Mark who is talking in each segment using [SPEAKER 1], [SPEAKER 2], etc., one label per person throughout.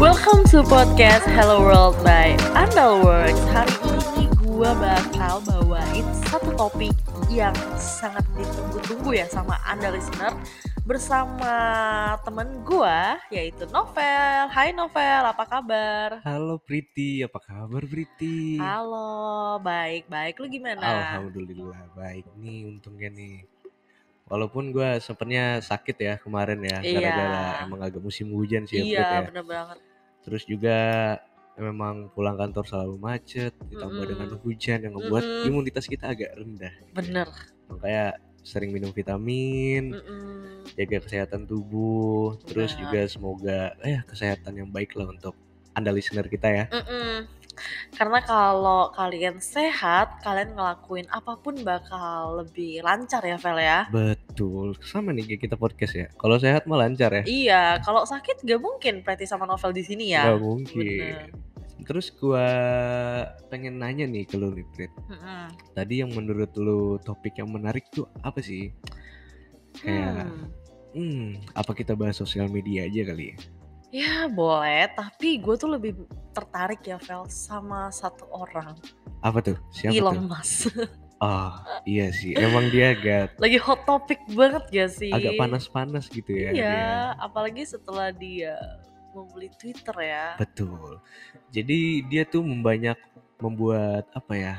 [SPEAKER 1] Welcome to podcast Hello World by Andalworks. Hari ini gue bakal bawain satu topik yang sangat ditunggu-tunggu ya sama Anda listener bersama temen gue yaitu Novel. Hai Novel, apa kabar?
[SPEAKER 2] Halo Priti, apa kabar Priti?
[SPEAKER 1] Halo, baik-baik. Lu gimana?
[SPEAKER 2] Alhamdulillah baik nih untungnya nih. Walaupun gue sepertinya sakit ya kemarin ya
[SPEAKER 1] Iya.
[SPEAKER 2] gara-gara emang agak musim hujan sih ya, Prit, ya.
[SPEAKER 1] Iya, bener banget.
[SPEAKER 2] Terus juga memang pulang kantor selalu macet ditambah
[SPEAKER 1] Mm-mm.
[SPEAKER 2] dengan hujan yang membuat
[SPEAKER 1] Mm-mm.
[SPEAKER 2] imunitas kita agak rendah. gitu ya.
[SPEAKER 1] Bener.
[SPEAKER 2] Makanya sering minum vitamin,
[SPEAKER 1] Mm-mm.
[SPEAKER 2] jaga kesehatan tubuh, terus
[SPEAKER 1] Mm. Benar.
[SPEAKER 2] juga semoga eh kesehatan yang baik lah untuk anda listener kita ya.
[SPEAKER 1] Mm-mm. Karena kalau kalian sehat, kalian ngelakuin apapun bakal lebih lancar ya, Vel ya.
[SPEAKER 2] Betul, sama nih kayak kita podcast ya. Kalau sehat mah lancar ya.
[SPEAKER 1] Iya, kalau sakit gak mungkin Preti sama Novel di sini ya.
[SPEAKER 2] Nggak mungkin.
[SPEAKER 1] bener.
[SPEAKER 2] Terus gua pengen nanya nih ke lu nih, Prit.
[SPEAKER 1] Mm-mm.
[SPEAKER 2] Tadi yang menurut lu topik yang menarik tuh apa sih? Kayak,
[SPEAKER 1] Hmm.
[SPEAKER 2] hmm, apa kita bahas sosial media aja kali ya?
[SPEAKER 1] Ya boleh, tapi gue tuh lebih tertarik ya Vel sama satu orang
[SPEAKER 2] Apa tuh? Siapa
[SPEAKER 1] Elon
[SPEAKER 2] tuh?
[SPEAKER 1] Musk.
[SPEAKER 2] Oh, iya sih. Emang dia agak
[SPEAKER 1] Lagi hot topic banget gak sih?
[SPEAKER 2] agak panas-panas gitu
[SPEAKER 1] Iya,
[SPEAKER 2] ya. dia.
[SPEAKER 1] apalagi setelah dia membeli Twitter ya.
[SPEAKER 2] Betul. Jadi dia tuh membanyak membuat apa ya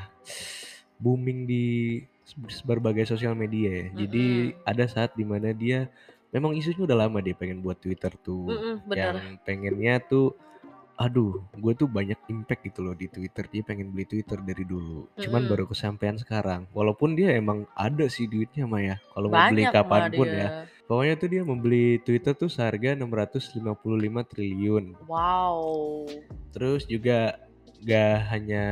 [SPEAKER 2] booming di s- berbagai sosial media. ya. Jadi
[SPEAKER 1] Mm-mm.
[SPEAKER 2] ada saat dimana dia memang isunya udah lama dia pengen buat Twitter tuh,
[SPEAKER 1] Mm-mm,
[SPEAKER 2] yang
[SPEAKER 1] bener.
[SPEAKER 2] pengennya tuh, aduh, gue tuh banyak impact gitu loh di Twitter. Dia pengen beli Twitter dari dulu, cuman
[SPEAKER 1] Mm-mm.
[SPEAKER 2] baru kesampaian sekarang. Walaupun dia emang ada sih duitnya mah ya, kalau mau beli
[SPEAKER 1] Banyak mah
[SPEAKER 2] kapanpun ya.
[SPEAKER 1] dia.
[SPEAKER 2] Pokoknya tuh dia membeli Twitter tuh seharga 655 triliun.
[SPEAKER 1] Wow.
[SPEAKER 2] Terus juga gak hanya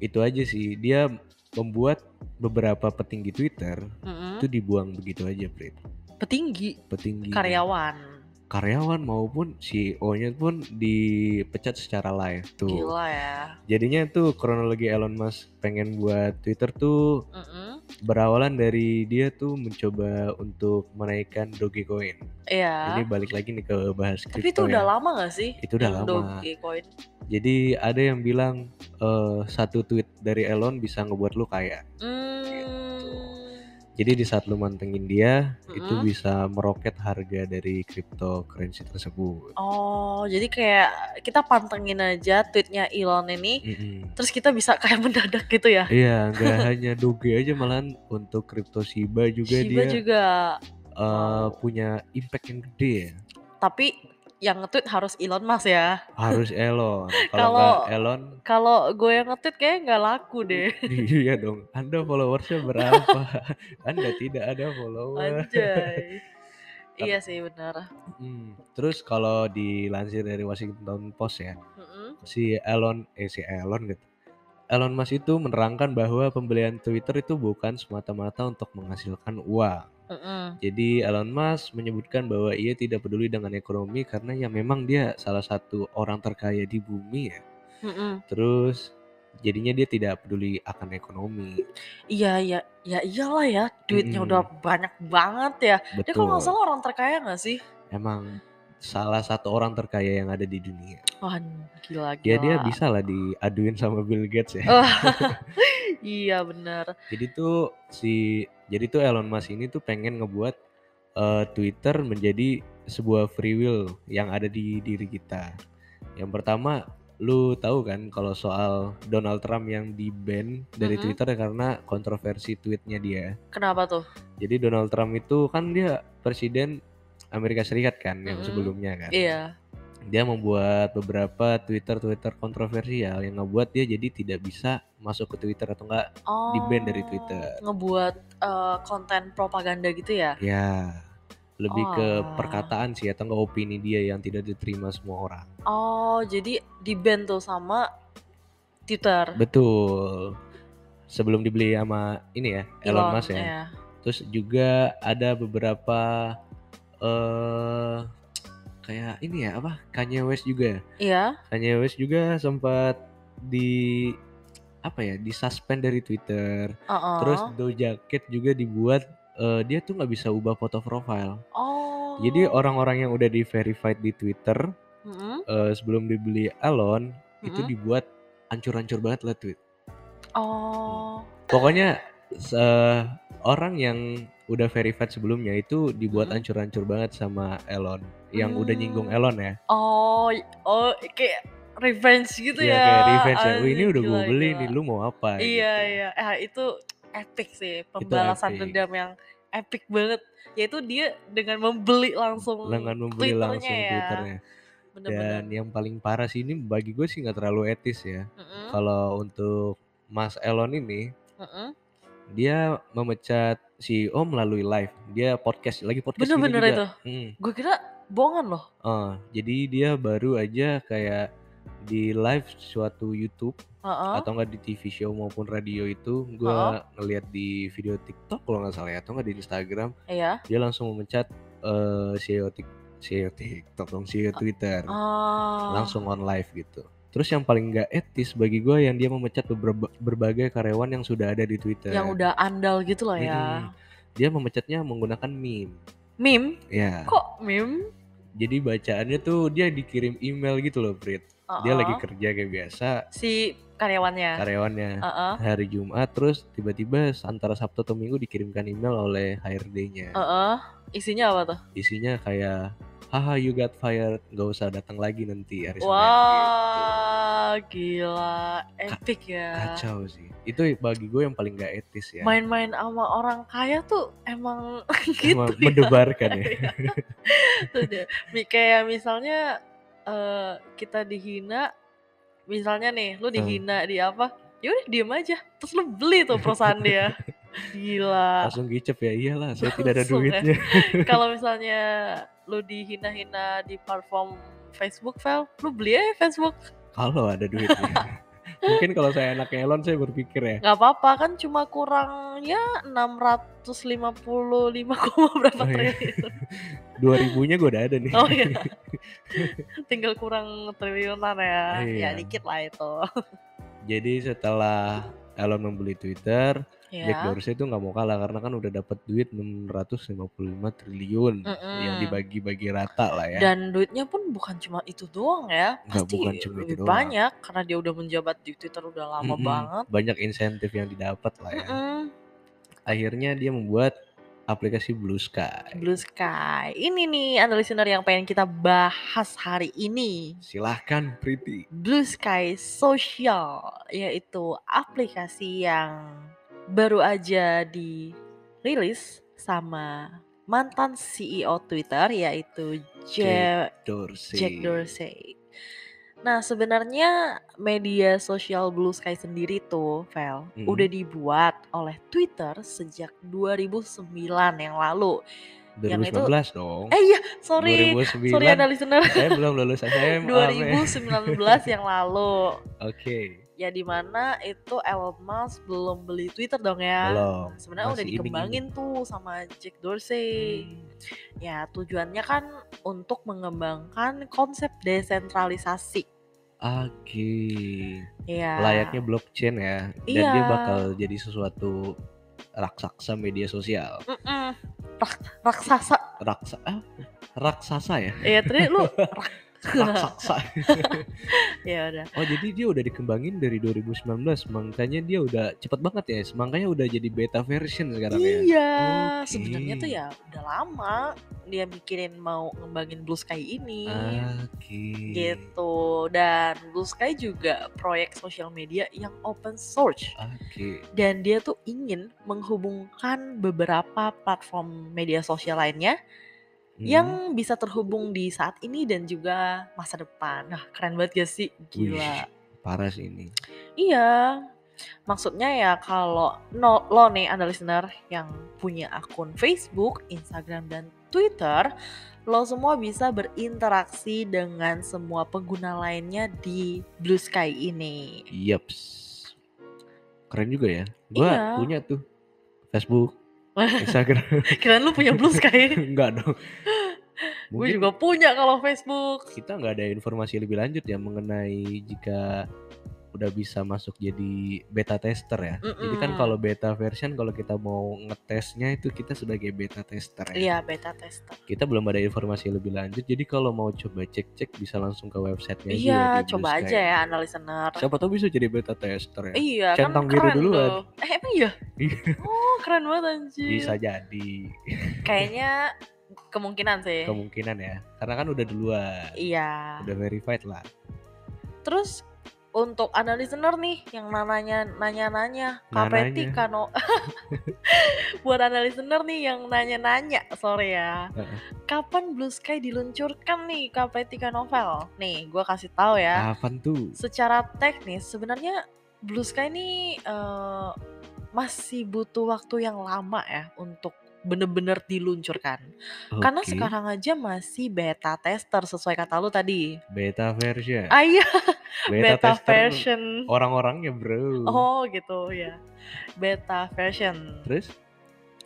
[SPEAKER 2] itu aja sih, dia membuat beberapa petinggi Twitter
[SPEAKER 1] Mm-mm.
[SPEAKER 2] itu dibuang begitu aja, Prit.
[SPEAKER 1] Petinggi
[SPEAKER 2] Petinggi
[SPEAKER 1] karyawan.
[SPEAKER 2] karyawan maupun CEO-nya pun dipecat secara live tuh.
[SPEAKER 1] Gila ya.
[SPEAKER 2] Jadinya tuh kronologi Elon Musk pengen buat Twitter tuh
[SPEAKER 1] Mm-mm.
[SPEAKER 2] berawalan dari dia tuh mencoba untuk menaikkan Dogecoin. Ini
[SPEAKER 1] Iya.
[SPEAKER 2] balik lagi nih ke bahas kripto
[SPEAKER 1] Tapi itu
[SPEAKER 2] ya.
[SPEAKER 1] udah lama gak sih? eh,
[SPEAKER 2] Itu udah
[SPEAKER 1] yang
[SPEAKER 2] lama.
[SPEAKER 1] Dogecoin?
[SPEAKER 2] Jadi ada yang bilang eh, satu tweet dari Elon bisa ngebuat lu kaya. Gitu.
[SPEAKER 1] Hmm.
[SPEAKER 2] Jadi di saat lu mantengin dia, itu
[SPEAKER 1] Mm-mm.
[SPEAKER 2] bisa meroket harga dari cryptocurrency tersebut.
[SPEAKER 1] Oh, jadi kayak kita pantengin aja tweetnya Elon ini,
[SPEAKER 2] Mm-mm.
[SPEAKER 1] terus kita bisa kayak mendadak gitu ya.
[SPEAKER 2] Iya, nggak hanya Doge aja malahan untuk kripto Shiba juga
[SPEAKER 1] Shiba
[SPEAKER 2] dia
[SPEAKER 1] juga,
[SPEAKER 2] eh, punya impact yang gede ya.
[SPEAKER 1] tapi yang nge-tweet harus Elon Musk ya.
[SPEAKER 2] Harus Elon. Kalau
[SPEAKER 1] Kalau-
[SPEAKER 2] nggak Elon,
[SPEAKER 1] Kalau gue yang nge-tweet kayaknya nggak laku deh.
[SPEAKER 2] iya dong. Anda followersnya berapa? Anda tidak ada follower.
[SPEAKER 1] Anjay. iya sih benar.
[SPEAKER 2] Mm. Terus kalau dilansir dari Washington Post ya,
[SPEAKER 1] Mm-mm.
[SPEAKER 2] si Elon eh si Elon gitu. Elon Musk itu menerangkan bahwa pembelian Twitter itu bukan semata-mata untuk menghasilkan uang.
[SPEAKER 1] Mm-mm.
[SPEAKER 2] Jadi Elon Musk menyebutkan bahwa ia tidak peduli dengan ekonomi karena ya memang dia salah satu orang terkaya di bumi ya.
[SPEAKER 1] Mm-mm.
[SPEAKER 2] Terus jadinya dia tidak peduli akan ekonomi.
[SPEAKER 1] Iya iya ya iyalah ya duitnya
[SPEAKER 2] Mm-mm.
[SPEAKER 1] udah banyak banget ya. Dia kalau
[SPEAKER 2] Betul.
[SPEAKER 1] nggak salah orang terkaya nggak sih?
[SPEAKER 2] Emang salah satu orang terkaya yang ada di dunia.
[SPEAKER 1] Wah gila gila.
[SPEAKER 2] Ya, Dia dia bisa lah diaduin sama Bill Gates ya.
[SPEAKER 1] Wah, iya benar.
[SPEAKER 2] Jadi tuh si jadi tuh Elon Musk ini tuh pengen ngebuat eh, Twitter menjadi sebuah free will yang ada di diri kita. Yang pertama, lu tahu kan kalau soal Donald Trump yang di ban dari
[SPEAKER 1] Mhm.
[SPEAKER 2] Twitter karena kontroversi tweetnya dia.
[SPEAKER 1] Kenapa tuh?
[SPEAKER 2] Jadi Donald Trump itu kan dia presiden Amerika Serikat kan yang
[SPEAKER 1] Mhm.
[SPEAKER 2] sebelumnya kan.
[SPEAKER 1] Iya.
[SPEAKER 2] Dia membuat beberapa Twitter-Twitter kontroversial yang ngebuat dia jadi tidak bisa masuk ke Twitter atau enggak
[SPEAKER 1] Oh.
[SPEAKER 2] ban dari Twitter.
[SPEAKER 1] Ngebuat eh, konten propaganda gitu ya?
[SPEAKER 2] Ya, lebih ke
[SPEAKER 1] Wah.
[SPEAKER 2] perkataan sih atau nggak opini dia yang tidak diterima semua orang.
[SPEAKER 1] Oh, jadi di ban tuh sama Twitter.
[SPEAKER 2] Betul. Sebelum dibeli sama ini ya Elon, Musk ya.
[SPEAKER 1] iya.
[SPEAKER 2] Terus juga ada beberapa eh kayak ini ya apa ya. Kanye West juga.
[SPEAKER 1] Iya.
[SPEAKER 2] Kanye West juga sempat di apa ya disuspend dari Twitter.
[SPEAKER 1] Uh-uh.
[SPEAKER 2] Terus Doja Cat juga dibuat eh, dia tuh nggak bisa ubah foto profile.
[SPEAKER 1] oh.
[SPEAKER 2] Jadi orang-orang yang udah di verified di Twitter
[SPEAKER 1] Mm-mm.
[SPEAKER 2] eh, sebelum dibeli Elon itu
[SPEAKER 1] Mm-mm.
[SPEAKER 2] dibuat ancur-ancur banget lah tweet.
[SPEAKER 1] Oh.
[SPEAKER 2] Pokoknya se- orang yang udah verified sebelumnya itu dibuat
[SPEAKER 1] Mm.
[SPEAKER 2] ancur-ancur banget sama Elon. Yang udah
[SPEAKER 1] Hmm.
[SPEAKER 2] nyinggung Elon ya.
[SPEAKER 1] Oh, y- oh kayak revenge gitu
[SPEAKER 2] Iya,
[SPEAKER 1] ya.
[SPEAKER 2] kayak revenge ya. "Wih, ini
[SPEAKER 1] Anjir,
[SPEAKER 2] udah gue
[SPEAKER 1] gila,
[SPEAKER 2] beli
[SPEAKER 1] gila.
[SPEAKER 2] nih, lu mau apa?
[SPEAKER 1] Iya,
[SPEAKER 2] Gitu.
[SPEAKER 1] iya. Eh, itu epic sih, pembalasan
[SPEAKER 2] epic.
[SPEAKER 1] dendam yang epic banget. Yaitu dia dengan membeli langsung
[SPEAKER 2] Lengan membeli
[SPEAKER 1] Twitternya
[SPEAKER 2] langsung
[SPEAKER 1] ya.
[SPEAKER 2] Twitternya.
[SPEAKER 1] bener-bener.
[SPEAKER 2] Dan yang paling parah sih ini bagi gue sih nggak terlalu etis ya.
[SPEAKER 1] Mm-mm,
[SPEAKER 2] Kalau untuk Mas Elon ini,
[SPEAKER 1] mm-mm.
[SPEAKER 2] dia memecat CEO melalui live. Dia podcast lagi podcast gini
[SPEAKER 1] Bener-bener
[SPEAKER 2] juga.
[SPEAKER 1] itu.
[SPEAKER 2] Mm.
[SPEAKER 1] Gue kira bohongan loh.
[SPEAKER 2] Eh, jadi dia baru aja kayak di live suatu YouTube
[SPEAKER 1] Heeh.
[SPEAKER 2] atau enggak di TV show maupun radio itu gue
[SPEAKER 1] Oh.
[SPEAKER 2] ngeliat di video TikTok kalau nggak salah ya atau nggak di Instagram
[SPEAKER 1] Iya.
[SPEAKER 2] dia langsung memecat eh, CEO Tik CEO TikTok dong CEO Twitter
[SPEAKER 1] Ah.
[SPEAKER 2] langsung on live gitu. Terus yang paling nggak etis bagi gue yang dia memecat beberapa- berbagai karyawan yang sudah ada di Twitter.
[SPEAKER 1] yang udah andal gitu loh
[SPEAKER 2] Mm-mm.
[SPEAKER 1] ya.
[SPEAKER 2] Dia memecatnya menggunakan meme.
[SPEAKER 1] Meme?
[SPEAKER 2] Ya.
[SPEAKER 1] Kok meme?
[SPEAKER 2] Jadi bacaannya tuh dia dikirim email gitu loh, Brit. Dia
[SPEAKER 1] Heeh.
[SPEAKER 2] lagi kerja kayak biasa
[SPEAKER 1] si karyawannya.
[SPEAKER 2] karyawannya
[SPEAKER 1] Heeh.
[SPEAKER 2] hari Jumat terus tiba-tiba antara Sabtu atau Minggu dikirimkan email oleh HRD-nya.
[SPEAKER 1] Heeh. Isinya apa tuh?
[SPEAKER 2] Isinya kayak haha you got fired, nggak usah datang lagi nanti hari Senin." gitu.
[SPEAKER 1] Wah, gila, epic ya.
[SPEAKER 2] Kacau sih. Itu bagi gue yang paling nggak etis ya.
[SPEAKER 1] Main-main sama orang kaya tuh emang gitu
[SPEAKER 2] Emang
[SPEAKER 1] ya.
[SPEAKER 2] mendebarkan ya.
[SPEAKER 1] Tuh dia. Mi- Kayak misalnya eh, kita dihina, misalnya nih,
[SPEAKER 2] Hmm.
[SPEAKER 1] lu dihina di apa? Ya udah diem aja, terus lu beli tuh perusahaan dia. Gila.
[SPEAKER 2] Langsung gicep ya. Iyalah, saya tidak ada
[SPEAKER 1] Langsung ya.
[SPEAKER 2] duitnya.
[SPEAKER 1] Kalau misalnya lu dihina-hina di platform Facebook, Vel, lu beli aja Facebook.
[SPEAKER 2] Kalau ada duitnya. Mungkin kalau saya anak Elon saya berpikir ya.
[SPEAKER 1] nggak apa-apa kan cuma kurang ya 655, berapa
[SPEAKER 2] Oh, iya.
[SPEAKER 1] triliun
[SPEAKER 2] 2000-nya gue udah ada nih.
[SPEAKER 1] oh iya tinggal kurang triliunan ya
[SPEAKER 2] Iya.
[SPEAKER 1] ya dikit lah itu
[SPEAKER 2] Jadi setelah Elon membeli Twitter, Jack
[SPEAKER 1] ya
[SPEAKER 2] Dorsey itu nggak mau kalah karena kan udah dapat duit 655 triliun
[SPEAKER 1] Mm-mm.
[SPEAKER 2] yang dibagi-bagi rata lah ya.
[SPEAKER 1] dan duitnya pun bukan cuma itu doang ya
[SPEAKER 2] Nggak,
[SPEAKER 1] pasti
[SPEAKER 2] bukan cuma itu
[SPEAKER 1] lebih
[SPEAKER 2] doang.
[SPEAKER 1] banyak karena dia udah menjabat di Twitter udah lama
[SPEAKER 2] Mm-mm.
[SPEAKER 1] banget
[SPEAKER 2] Banyak insentif yang didapat lah ya.
[SPEAKER 1] Mm-mm.
[SPEAKER 2] Akhirnya dia membuat aplikasi Blue Sky.
[SPEAKER 1] Blue Sky ini nih anda listener yang pengen kita bahas hari ini
[SPEAKER 2] Silahkan Priti.
[SPEAKER 1] Blue Sky Social yaitu aplikasi yang baru aja dirilis sama mantan CEO Twitter yaitu Ja-
[SPEAKER 2] Dorsey.
[SPEAKER 1] Jack Dorsey. Nah, sebenarnya media sosial Blue Sky sendiri tuh, Vel,
[SPEAKER 2] Mhm.
[SPEAKER 1] udah dibuat oleh Twitter sejak 2009 yang lalu. Yang itu-
[SPEAKER 2] 2019 dong.
[SPEAKER 1] Eh iya, sorry.
[SPEAKER 2] 2009.
[SPEAKER 1] Sorry ada listener
[SPEAKER 2] saya belum lulus SMA. Meh.
[SPEAKER 1] 2019 yang lalu.
[SPEAKER 2] Oke.
[SPEAKER 1] ya di mana itu Elon Musk belum beli Twitter dong ya.
[SPEAKER 2] Belum.
[SPEAKER 1] Nah, Sebenarnya udah
[SPEAKER 2] Masih iming-iming. Hmm.
[SPEAKER 1] dikembangin tuh sama Jack Dorsey. Ya tujuannya kan untuk mengembangkan konsep desentralisasi.
[SPEAKER 2] Oke.
[SPEAKER 1] Ya.
[SPEAKER 2] Layaknya blockchain ya. Dan
[SPEAKER 1] Iya.
[SPEAKER 2] dia bakal jadi sesuatu raksasa media sosial.
[SPEAKER 1] Mm-mm. Rak- raksasa.
[SPEAKER 2] Raksa ah, raksasa ya?
[SPEAKER 1] Ya tadi lu rak-
[SPEAKER 2] Raksasa.
[SPEAKER 1] ya udah.
[SPEAKER 2] Oh, jadi dia udah dikembangin dari 2019. Makanya dia udah cepet banget ya. Makanya udah jadi beta version sekarang ya.
[SPEAKER 1] Iya,
[SPEAKER 2] Oke.
[SPEAKER 1] sebenarnya tuh ya udah lama dia mikirin mau ngembangin Blue Sky ini.
[SPEAKER 2] Ah. Oke.
[SPEAKER 1] gitu dan Blue Sky juga proyek sosial media yang open source
[SPEAKER 2] Oke.
[SPEAKER 1] dan dia tuh ingin menghubungkan beberapa platform media sosial lainnya
[SPEAKER 2] Hmm.
[SPEAKER 1] yang bisa terhubung di saat ini dan juga masa depan. Nah, keren banget gak sih?
[SPEAKER 2] Wih,
[SPEAKER 1] Gila.
[SPEAKER 2] parah sih ini.
[SPEAKER 1] Iya. Maksudnya ya kalau no, lo nih anda listener yang punya akun Facebook, Instagram dan Twitter, lo semua bisa berinteraksi dengan semua pengguna lainnya di Blue Sky ini.
[SPEAKER 2] Yaps. Keren juga ya. Gua
[SPEAKER 1] Iya.
[SPEAKER 2] punya tuh Facebook, Instagram.
[SPEAKER 1] Kirain lu punya Blue Sky?
[SPEAKER 2] Enggak dong.
[SPEAKER 1] Gue
[SPEAKER 2] Mungkin
[SPEAKER 1] juga punya kalau Facebook.
[SPEAKER 2] kita nggak ada informasi lebih lanjut ya mengenai jika udah bisa masuk jadi beta tester ya. Jadi kan
[SPEAKER 1] Mm-mm.
[SPEAKER 2] kalau beta version kalau kita mau ngetesnya itu kita sebagai beta tester ya.
[SPEAKER 1] Iya, beta tester.
[SPEAKER 2] Kita belum ada informasi lebih lanjut. Jadi kalau mau coba cek-cek bisa langsung ke websitenya aja
[SPEAKER 1] Iya,
[SPEAKER 2] di
[SPEAKER 1] coba
[SPEAKER 2] Blue Sky.
[SPEAKER 1] aja ya analisa
[SPEAKER 2] Siapa tahu bisa jadi beta tester ya.
[SPEAKER 1] Iya,
[SPEAKER 2] Centang
[SPEAKER 1] kan
[SPEAKER 2] biru
[SPEAKER 1] keren
[SPEAKER 2] duluan.
[SPEAKER 1] tuh. Eh, emang iya?
[SPEAKER 2] Iya.
[SPEAKER 1] Oh, keren banget anjir.
[SPEAKER 2] Bisa jadi
[SPEAKER 1] Kayaknya kemungkinan sih.
[SPEAKER 2] kemungkinan ya. Karena kan udah duluan,
[SPEAKER 1] Iya.
[SPEAKER 2] udah verified lah.
[SPEAKER 1] Terus untuk anda listener nih yang nanya nanya nanya
[SPEAKER 2] Nananya.
[SPEAKER 1] kapretika no buat anda listener nih yang nanya nanya sorry ya
[SPEAKER 2] Heeh.
[SPEAKER 1] kapan Blue Sky diluncurkan nih kapretika novel nih gua kasih tahu ya
[SPEAKER 2] Kapan tuh?
[SPEAKER 1] secara teknis sebenarnya Blue Sky ini eh, masih butuh waktu yang lama ya untuk bener-bener diluncurkan. Karena
[SPEAKER 2] Oke,
[SPEAKER 1] sekarang aja masih beta tester sesuai kata lu tadi.
[SPEAKER 2] beta version.
[SPEAKER 1] Ah iya,
[SPEAKER 2] Beta,
[SPEAKER 1] beta,
[SPEAKER 2] tester
[SPEAKER 1] version.
[SPEAKER 2] orang-orangnya, Bro.
[SPEAKER 1] Oh gitu ya. Beta version.
[SPEAKER 2] Terus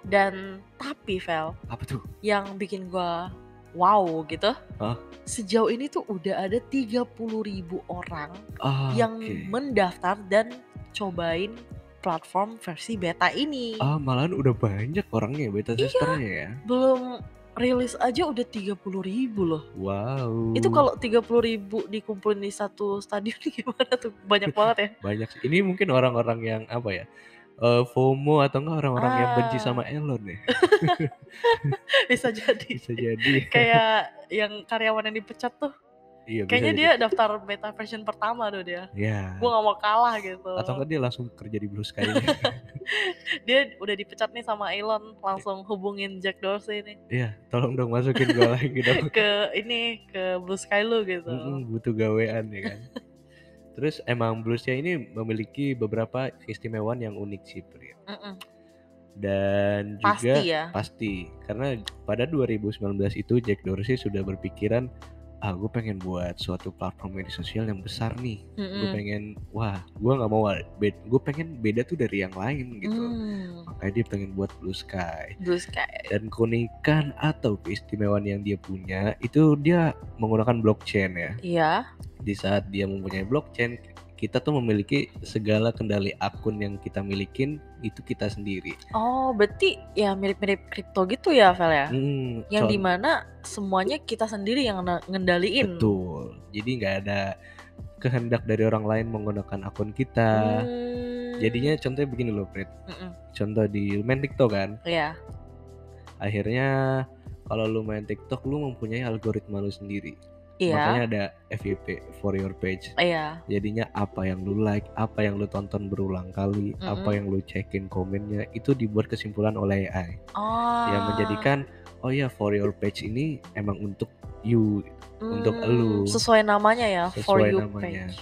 [SPEAKER 1] Dan tapi Vel,
[SPEAKER 2] apa tuh?
[SPEAKER 1] yang bikin gua wow gitu.
[SPEAKER 2] Hah?
[SPEAKER 1] Sejauh ini tuh udah ada 30.000 orang
[SPEAKER 2] Ah,
[SPEAKER 1] yang
[SPEAKER 2] oke.
[SPEAKER 1] mendaftar dan cobain platform versi beta ini.
[SPEAKER 2] Ah, malahan udah banyak orangnya beta
[SPEAKER 1] Iya.
[SPEAKER 2] testernya ya.
[SPEAKER 1] Belum rilis aja udah 30.000 ribu loh.
[SPEAKER 2] Wow.
[SPEAKER 1] Itu kalau 30.000 ribu dikumpulin di satu stadion gimana tuh? Banyak banget ya.
[SPEAKER 2] banyak sih. Ini mungkin orang-orang yang apa ya? eh, FOMO atau enggak orang-orang yang benci
[SPEAKER 1] Ah.
[SPEAKER 2] sama Elon ya?
[SPEAKER 1] Bisa jadi.
[SPEAKER 2] Bisa jadi.
[SPEAKER 1] Kayak yang karyawan yang dipecat tuh.
[SPEAKER 2] iya, bisa
[SPEAKER 1] Kayaknya
[SPEAKER 2] jadi.
[SPEAKER 1] dia daftar beta version pertama tuh dia.
[SPEAKER 2] Ya.
[SPEAKER 1] Gue gak mau kalah gitu.
[SPEAKER 2] Atau enggak dia langsung kerja di Blue Sky?
[SPEAKER 1] Dia udah dipecat nih sama Elon. Langsung hubungin Jack Dorsey nih.
[SPEAKER 2] Iya, tolong dong masukin gua lagi dong.
[SPEAKER 1] Ke ini, ke Blue Sky lu gitu.
[SPEAKER 2] Mm-mm, butuh gawean ya kan. Terus emang bluesnya ini memiliki beberapa keistimewaan yang unik sih Pri.
[SPEAKER 1] Mm-mm.
[SPEAKER 2] Dan juga
[SPEAKER 1] Pasti ya.
[SPEAKER 2] pasti karena pada 2019 itu Jack Dorsey sudah berpikiran ah gue pengen buat suatu platform media sosial yang besar nih. Gue
[SPEAKER 1] Mm-mm.
[SPEAKER 2] pengen wah gue nggak mau gue pengen beda tuh dari yang lain gitu.
[SPEAKER 1] Hmm,
[SPEAKER 2] Makanya dia pengen buat Blue Sky
[SPEAKER 1] Blue Sky.
[SPEAKER 2] dan keunikan atau keistimewaan yang dia punya itu dia menggunakan blockchain ya
[SPEAKER 1] Iya.
[SPEAKER 2] di saat dia mempunyai blockchain kita tuh memiliki segala kendali akun yang kita milikin itu kita sendiri.
[SPEAKER 1] Oh, berarti ya mirip-mirip kripto gitu ya, Vel ya?
[SPEAKER 2] Hmm,
[SPEAKER 1] Yang
[SPEAKER 2] con-
[SPEAKER 1] dimana semuanya kita sendiri yang nge- ngendaliin.
[SPEAKER 2] betul. Jadi nggak ada kehendak dari orang lain menggunakan akun
[SPEAKER 1] Hmm.
[SPEAKER 2] kita. Nah, Jadinya contohnya begini loh, Prit.
[SPEAKER 1] Mm-mm.
[SPEAKER 2] Contoh di main TikTok kan.
[SPEAKER 1] Iya.
[SPEAKER 2] Akhirnya kalau lu main TikTok lu mempunyai algoritma lu sendiri. Makanya
[SPEAKER 1] Iya.
[SPEAKER 2] ada FYP for your page.
[SPEAKER 1] Iya.
[SPEAKER 2] Jadinya apa yang lu like, apa yang lu tonton berulang kali, apa
[SPEAKER 1] Mm-mm.
[SPEAKER 2] yang lu cekin komennya itu dibuat kesimpulan oleh AI.
[SPEAKER 1] Oh.
[SPEAKER 2] yang menjadikan oh ya for your page ini emang untuk you untuk
[SPEAKER 1] Hmm,
[SPEAKER 2] elu.
[SPEAKER 1] Sesuai namanya ya, for
[SPEAKER 2] Sesuai
[SPEAKER 1] you
[SPEAKER 2] namanya.
[SPEAKER 1] page.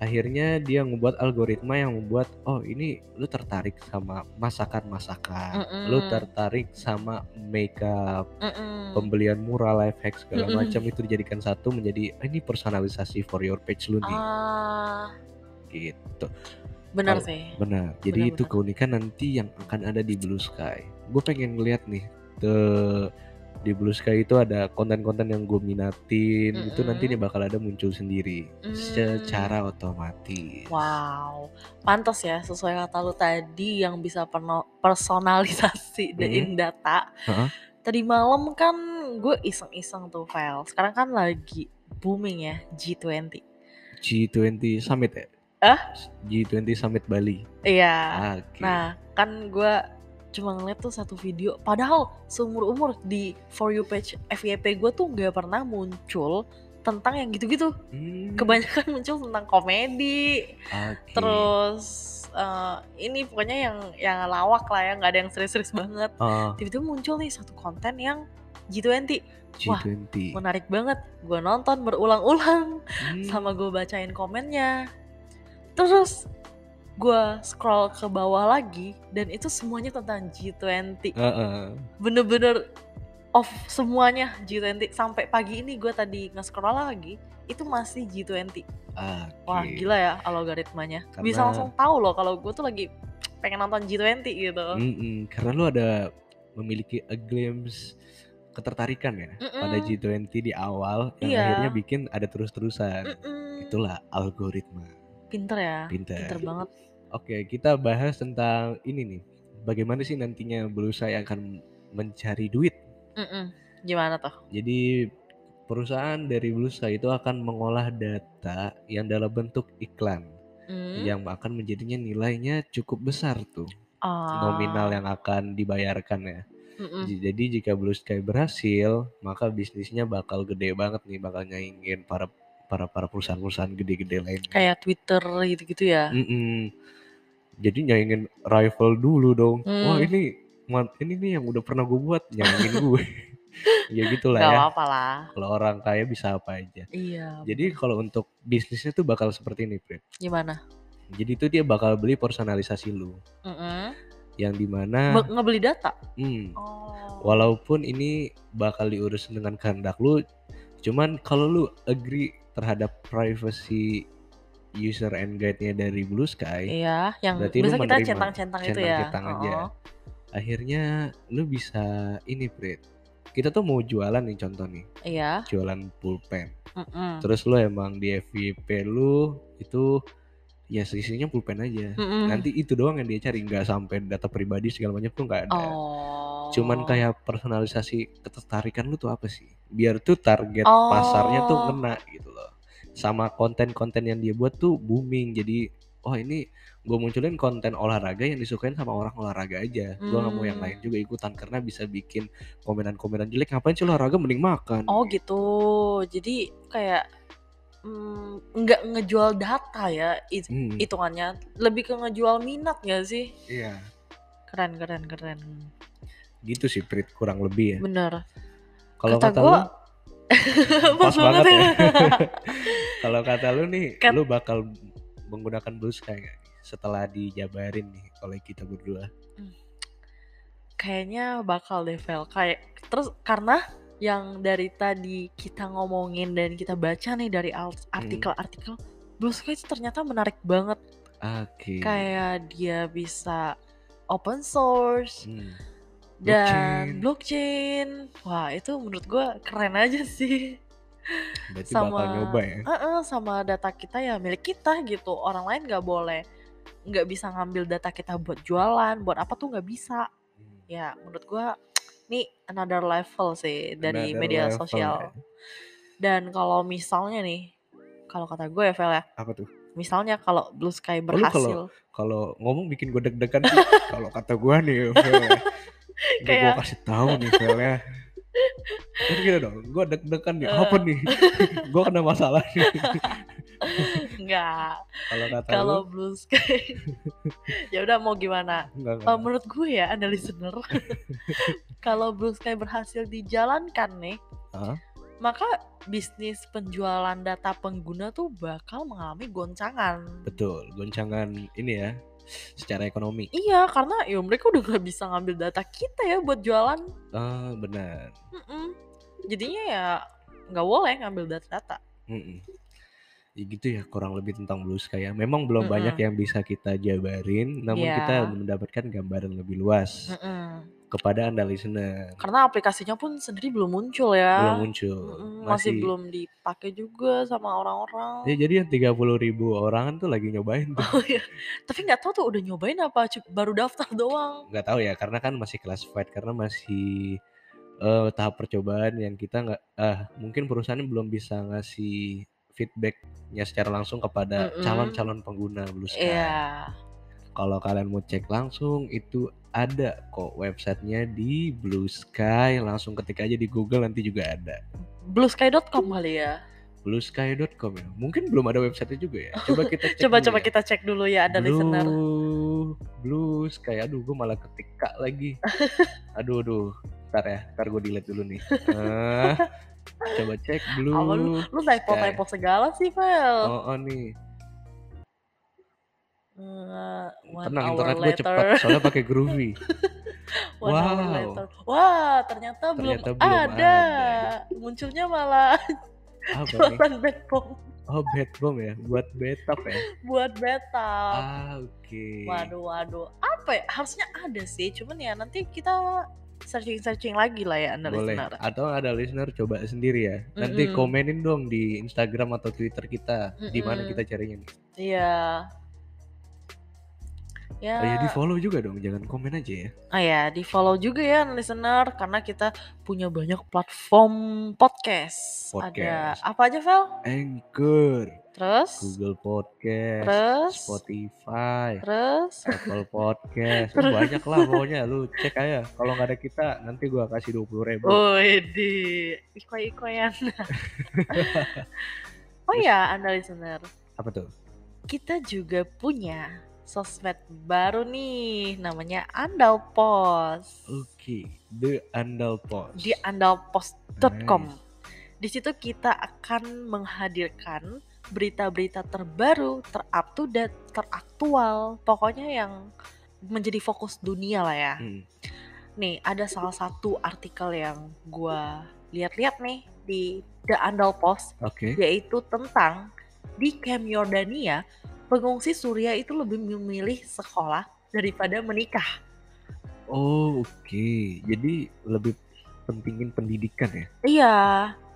[SPEAKER 2] akhirnya dia membuat algoritma yang membuat oh ini lu tertarik sama masakan-masakan
[SPEAKER 1] Mm-mm.
[SPEAKER 2] lu tertarik sama makeup
[SPEAKER 1] Mm-mm.
[SPEAKER 2] pembelian murah life hack segala
[SPEAKER 1] Mm-mm.
[SPEAKER 2] macam itu dijadikan satu menjadi "Ah, ini personalisasi for your page lu nih
[SPEAKER 1] Ah,
[SPEAKER 2] gitu
[SPEAKER 1] benar
[SPEAKER 2] Kalau-
[SPEAKER 1] sih.
[SPEAKER 2] benar jadi itu
[SPEAKER 1] Benar-benar.
[SPEAKER 2] keunikan nanti yang akan ada di Blue Sky gue pengen ngeliat nih the di Blue Sky itu ada konten-konten yang gue minatin itu nanti
[SPEAKER 1] Mm-mm. Mm.
[SPEAKER 2] nih bakal ada muncul sendiri secara otomatis
[SPEAKER 1] Wow, pantas ya sesuai kata lu tadi yang bisa peno- personalisasi dari
[SPEAKER 2] Mhm.
[SPEAKER 1] data.
[SPEAKER 2] Heeh.
[SPEAKER 1] Tadi malam kan gue iseng-iseng tuh file. Sekarang kan lagi booming ya G20.
[SPEAKER 2] G20 Summit ya
[SPEAKER 1] Ah?
[SPEAKER 2] G20 Summit Bali
[SPEAKER 1] Iya.
[SPEAKER 2] oke
[SPEAKER 1] Nah, kan gue cuma ngeliat tuh satu video. Padahal seumur umur di for you page FYP gue tuh nggak pernah muncul tentang yang gitu-gitu.
[SPEAKER 2] Hmm,
[SPEAKER 1] Kebanyakan muncul tentang komedi,
[SPEAKER 2] oke.
[SPEAKER 1] terus eh, ini pokoknya yang yang lawak lah ya nggak ada yang serius-serius banget
[SPEAKER 2] Ah,
[SPEAKER 1] tiba-tiba muncul nih satu konten yang G20 Wah,
[SPEAKER 2] G20
[SPEAKER 1] menarik banget gue nonton berulang-ulang
[SPEAKER 2] Hmm,
[SPEAKER 1] sama gue bacain komennya terus gue scroll ke bawah lagi dan itu semuanya tentang G20
[SPEAKER 2] heeh.
[SPEAKER 1] bener-bener off semuanya G20 sampai pagi ini gue tadi nge-scroll lagi itu masih G20
[SPEAKER 2] Oke.
[SPEAKER 1] Wah gila ya algoritmanya. Bisa
[SPEAKER 2] Iya. Karena-
[SPEAKER 1] langsung tahu loh kalau gue tuh lagi pengen nonton G20 gitu.
[SPEAKER 2] Mm-mm, karena lu ada memiliki a glimpse ketertarikan ya pada
[SPEAKER 1] Mm-mm.
[SPEAKER 2] G20 di awal
[SPEAKER 1] Hmm.
[SPEAKER 2] yang
[SPEAKER 1] Iya.
[SPEAKER 2] akhirnya bikin ada terus-terusan.
[SPEAKER 1] Mm-mm.
[SPEAKER 2] Itulah algoritma.
[SPEAKER 1] Pinter ya.
[SPEAKER 2] Pinter.
[SPEAKER 1] Pinter banget.
[SPEAKER 2] Oke, kita bahas tentang ini nih. Bagaimana sih nantinya Bluesai akan mencari duit?
[SPEAKER 1] Mm-mm. Gimana tuh?
[SPEAKER 2] Jadi perusahaan dari Bluesai itu akan mengolah data yang dalam bentuk iklan
[SPEAKER 1] Hmm.
[SPEAKER 2] yang akan menjadinya nilainya cukup besar tuh
[SPEAKER 1] Ah. Hmm.
[SPEAKER 2] nominal ya, yang akan dibayarkan ya.
[SPEAKER 1] Mm-mm.
[SPEAKER 2] J- Jadi jika Blue Sky berhasil, maka bisnisnya bakal gede banget nih, bakal nyaingin para para para perusahaan-perusahaan gede-gede lain.
[SPEAKER 1] Kayak Twitter gitu-gitu ya.
[SPEAKER 2] Mm-mm. Jadi nyaingin rival dulu dong.
[SPEAKER 1] Hmm.
[SPEAKER 2] Wah ini man- ini nih yang udah pernah gue buat nyaingin gue. ya gitulah
[SPEAKER 1] Gak
[SPEAKER 2] ya.
[SPEAKER 1] apa-apa lah.
[SPEAKER 2] Kalau orang kaya bisa apa aja.
[SPEAKER 1] Iya.
[SPEAKER 2] Jadi kalau untuk bisnisnya tuh bakal seperti ini, Pri.
[SPEAKER 1] Gimana?
[SPEAKER 2] Jadi itu dia bakal beli personalisasi lu,
[SPEAKER 1] Mm-mm.
[SPEAKER 2] yang dimana,
[SPEAKER 1] Be- Ngebeli data.
[SPEAKER 2] Hmm,
[SPEAKER 1] Oh.
[SPEAKER 2] walaupun ini bakal diurus dengan kehendak lu cuman kalau lu agree terhadap privacy user and guide-nya dari Blue Sky
[SPEAKER 1] Iya, yang
[SPEAKER 2] Berarti lu
[SPEAKER 1] biasa kita
[SPEAKER 2] menerima
[SPEAKER 1] centang-centang itu ya.
[SPEAKER 2] centang-centang aja.
[SPEAKER 1] Oh,
[SPEAKER 2] akhirnya lu bisa ini Brit kita tuh mau jualan nih contoh nih
[SPEAKER 1] Iya.
[SPEAKER 2] jualan pulpen
[SPEAKER 1] Mm-mm.
[SPEAKER 2] terus lu emang di FYP lu itu ya sisinya pulpen aja
[SPEAKER 1] Mm-mm.
[SPEAKER 2] nanti itu doang yang dia cari nggak sampai data pribadi segala macam tuh nggak ada
[SPEAKER 1] Oh.
[SPEAKER 2] cuman kayak personalisasi ketertarikan lu tuh apa sih biar tuh target
[SPEAKER 1] Oh.
[SPEAKER 2] pasarnya tuh ngena gitu loh sama konten-konten yang dia buat tuh booming jadi oh ini gue munculin konten olahraga yang disukain sama orang olahraga aja Gua gue nggak mau yang
[SPEAKER 1] Hmm.
[SPEAKER 2] lain juga ikutan karena bisa bikin komenan-komenan jelek ngapain sih olahraga mending makan
[SPEAKER 1] Oh gitu. Jadi kayak mm, nggak ngejual data ya it-
[SPEAKER 2] Hmm,
[SPEAKER 1] hitungannya, lebih ke ngejual minat ya sih.
[SPEAKER 2] iya
[SPEAKER 1] Keren keren keren.
[SPEAKER 2] gitu sih Prit kurang lebih ya
[SPEAKER 1] Bener.
[SPEAKER 2] kalau
[SPEAKER 1] kata
[SPEAKER 2] kata,
[SPEAKER 1] gua-
[SPEAKER 2] lu pas banget ya kalau kata lu nih
[SPEAKER 1] Kat-
[SPEAKER 2] lu bakal menggunakan blue sky nggak nih setelah dijabarin nih oleh kita berdua
[SPEAKER 1] Kayaknya bakal deh Vel. Kayak terus karena yang dari tadi kita ngomongin dan kita baca nih dari al-
[SPEAKER 2] Hmm.
[SPEAKER 1] artikel-artikel, Blue Sky itu ternyata menarik banget.
[SPEAKER 2] Oke.
[SPEAKER 1] Kayak dia bisa open source
[SPEAKER 2] Hmm.
[SPEAKER 1] dan blockchain. Wah, itu menurut gua keren aja sih.
[SPEAKER 2] Berarti
[SPEAKER 1] sama-
[SPEAKER 2] bakal nyoba ya.
[SPEAKER 1] Heeh, sama data kita ya milik kita gitu. Orang lain nggak boleh nggak bisa ngambil data kita buat jualan, buat apa tuh nggak bisa. Ya, menurut gua nih another level sih dari
[SPEAKER 2] Another
[SPEAKER 1] media
[SPEAKER 2] level
[SPEAKER 1] sosial.
[SPEAKER 2] ya.
[SPEAKER 1] Dan kalau misalnya nih, kalau kata gue ya Vel ya,
[SPEAKER 2] Apa tuh?
[SPEAKER 1] misalnya kalau Blue Sky
[SPEAKER 2] kalau-
[SPEAKER 1] berhasil,
[SPEAKER 2] Kalau ngomong bikin gue deg-degan sih. kalau kata gua nih, Vel. Kayak...
[SPEAKER 1] Kayak-
[SPEAKER 2] gue kasih tahu nih, Vel ya. Terus gitu dong, gue deg-degan nih, apa
[SPEAKER 1] Eh.
[SPEAKER 2] nih? gue kena masalah nih.
[SPEAKER 1] nggak.
[SPEAKER 2] Kalau kata lu,
[SPEAKER 1] Kalau Blue Sky, ya udah mau gimana?
[SPEAKER 2] enggak,
[SPEAKER 1] Eh, menurut gue ya ada listener kalau Blue Sky berhasil dijalankan nih
[SPEAKER 2] Hah?
[SPEAKER 1] maka bisnis penjualan data pengguna tuh bakal mengalami goncangan
[SPEAKER 2] Betul, goncangan ini ya, secara ekonomi.
[SPEAKER 1] iya karena ya mereka udah nggak bisa ngambil data kita ya buat jualan
[SPEAKER 2] Ah, benar.
[SPEAKER 1] Mm-mm. jadinya ya nggak boleh ngambil data-data
[SPEAKER 2] Mm-mm. Ya gitu ya kurang lebih tentang Blue Sky ya. Memang belum
[SPEAKER 1] Mm-mm.
[SPEAKER 2] banyak yang bisa kita jabarin, namun
[SPEAKER 1] Iya.
[SPEAKER 2] kita mendapatkan gambaran lebih luas
[SPEAKER 1] Mm-mm.
[SPEAKER 2] kepada anda listener.
[SPEAKER 1] karena aplikasinya pun sendiri belum muncul ya
[SPEAKER 2] Belum muncul,
[SPEAKER 1] Mm-mm, masih, belum dipakai juga sama orang-orang
[SPEAKER 2] Ya jadi yang 30 ribu orang kan tuh lagi nyobain tuh.
[SPEAKER 1] Oh iya. tapi nggak tahu tuh udah nyobain apa cu- baru daftar doang
[SPEAKER 2] Nggak tahu ya karena kan masih classified karena masih eh, tahap percobaan yang kita nggak ah mungkin perusahaan belum bisa ngasih feedbacknya secara langsung kepada
[SPEAKER 1] Mm-mm.
[SPEAKER 2] calon-calon pengguna Blue Sky.
[SPEAKER 1] Iya,
[SPEAKER 2] Kalau kalian mau cek langsung itu ada kok websitenya di Blue Sky. Langsung ketik aja di Google nanti juga ada.
[SPEAKER 1] bluesky.com kali ya.
[SPEAKER 2] Bluesky.com ya. Mungkin belum ada websitenya juga ya. Coba kita cek. dulu
[SPEAKER 1] Coba-coba
[SPEAKER 2] ya.
[SPEAKER 1] kita cek dulu ya ada
[SPEAKER 2] Blue,
[SPEAKER 1] listener.
[SPEAKER 2] Blue Sky. Aduh, gue malah ketik K lagi. aduh, aduh. Ntar ya, ntar gue delete dulu nih. Ah, coba cek Blue.
[SPEAKER 1] Apa lu lu typo-typo segala sih, Fel.
[SPEAKER 2] Oh, oh nih.
[SPEAKER 1] Eh, one
[SPEAKER 2] Tenang,
[SPEAKER 1] hour
[SPEAKER 2] internet gue
[SPEAKER 1] later.
[SPEAKER 2] cepat. Soalnya pakai Groovy.
[SPEAKER 1] One hour
[SPEAKER 2] Wow.
[SPEAKER 1] later. Wah, ternyata, belum,
[SPEAKER 2] Ternyata belum
[SPEAKER 1] ada.
[SPEAKER 2] ada.
[SPEAKER 1] Munculnya malah
[SPEAKER 2] Apa nih?
[SPEAKER 1] jualan backbone
[SPEAKER 2] Oh, bad bomb ya. Buat betap ya.
[SPEAKER 1] buat beta.
[SPEAKER 2] Ah, oke.
[SPEAKER 1] Waduh, waduh. Apa ya? Harusnya ada sih, cuman ya nanti kita searching-searching lagi lah ya anda
[SPEAKER 2] Boleh.
[SPEAKER 1] listener.
[SPEAKER 2] Atau ada listener coba sendiri ya. Nanti
[SPEAKER 1] Mm-mm.
[SPEAKER 2] komenin dong di Instagram atau Twitter kita di mana
[SPEAKER 1] Mm-mm.
[SPEAKER 2] kita carinya. nih.
[SPEAKER 1] Iya. Ya.
[SPEAKER 2] Oh ya di follow juga dong, jangan komen aja ya.
[SPEAKER 1] Ah ya, di follow juga ya listener karena kita punya banyak platform podcast. Ada
[SPEAKER 2] Podcast.
[SPEAKER 1] apa aja Vel?
[SPEAKER 2] Anchor,
[SPEAKER 1] Terus,
[SPEAKER 2] Google Podcast,
[SPEAKER 1] terus,
[SPEAKER 2] Spotify,
[SPEAKER 1] terus.
[SPEAKER 2] Apple Podcast, Lu banyak lah pokoknya. Lu cek aja. Kalau nggak ada kita, nanti gua kasih dua puluh ribu.
[SPEAKER 1] Oh. Wede, ikoy-ikoyan. oh ya, anda listener,
[SPEAKER 2] Apa tuh?
[SPEAKER 1] kita juga punya sosmed baru nih, namanya Andal Pos.
[SPEAKER 2] Oke, The Andal Post.
[SPEAKER 1] di andalpost.com. Di situ kita akan menghadirkan berita-berita terbaru, ter-up to date, teraktual, pokoknya yang menjadi fokus dunia lah ya.
[SPEAKER 2] Hmm,
[SPEAKER 1] Nih, ada salah satu artikel yang gua lihat-lihat nih di The Andal Post
[SPEAKER 2] Oke.
[SPEAKER 1] yaitu tentang di Camp Yordania, pengungsi Suria itu lebih memilih sekolah daripada menikah.
[SPEAKER 2] Oh, oke. Jadi lebih pentingin pendidikan ya.
[SPEAKER 1] Iya,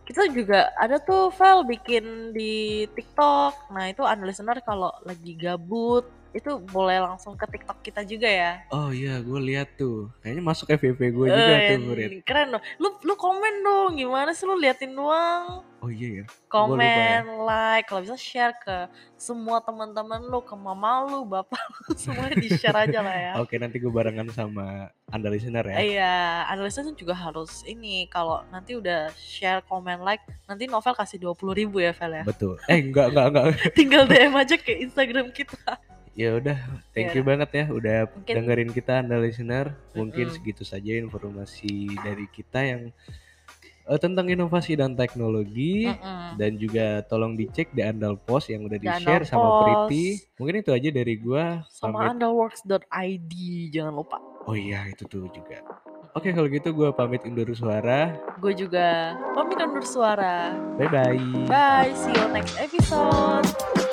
[SPEAKER 1] kita juga ada tuh file bikin di TikTok. Nah, itu anda listener kalau lagi gabut itu boleh langsung ke TikTok kita juga ya.
[SPEAKER 2] Oh iya, gue lihat tuh. Kayaknya masuk FVP gue Oh, iya juga
[SPEAKER 1] Eh,
[SPEAKER 2] tuh, murid.
[SPEAKER 1] Keren dong. Lu lu komen dong. Gimana sih lu liatin doang?
[SPEAKER 2] Oh iya ya. Gua lupa ya.
[SPEAKER 1] Komen, like, kalau bisa share ke semua teman-teman lu, ke mama lu, bapak lu, semuanya di-share aja lah ya.
[SPEAKER 2] Oke, nanti gue barengan sama Anda listener ya.
[SPEAKER 1] Iya, analisa tuh juga harus ini kalau nanti udah share, komen, like, nanti novel kasih 20.000 ribu ya, Vel ya.
[SPEAKER 2] Betul. Eh, enggak, enggak, enggak.
[SPEAKER 1] tinggal DM aja ke Instagram kita.
[SPEAKER 2] Ya udah, thank you banget ya udah
[SPEAKER 1] Iya. Mungkin- Mm.
[SPEAKER 2] dengerin kita Anda listener. Mungkin
[SPEAKER 1] Mm-mm.
[SPEAKER 2] segitu saja informasi dari kita yang eh, tentang inovasi dan teknologi.
[SPEAKER 1] Mm.
[SPEAKER 2] dan juga tolong dicek di Andal Post yang udah di
[SPEAKER 1] Di Andal
[SPEAKER 2] share sama
[SPEAKER 1] Post.
[SPEAKER 2] Priti. Mungkin itu aja dari gua.
[SPEAKER 1] Sama
[SPEAKER 2] pamit.
[SPEAKER 1] underworks.id jangan lupa.
[SPEAKER 2] Oh iya itu tuh juga. Oke kalau gitu gua pamit undur suara.
[SPEAKER 1] Gue juga pamit undur suara.
[SPEAKER 2] Bye bye.
[SPEAKER 1] Bye, see you next episode.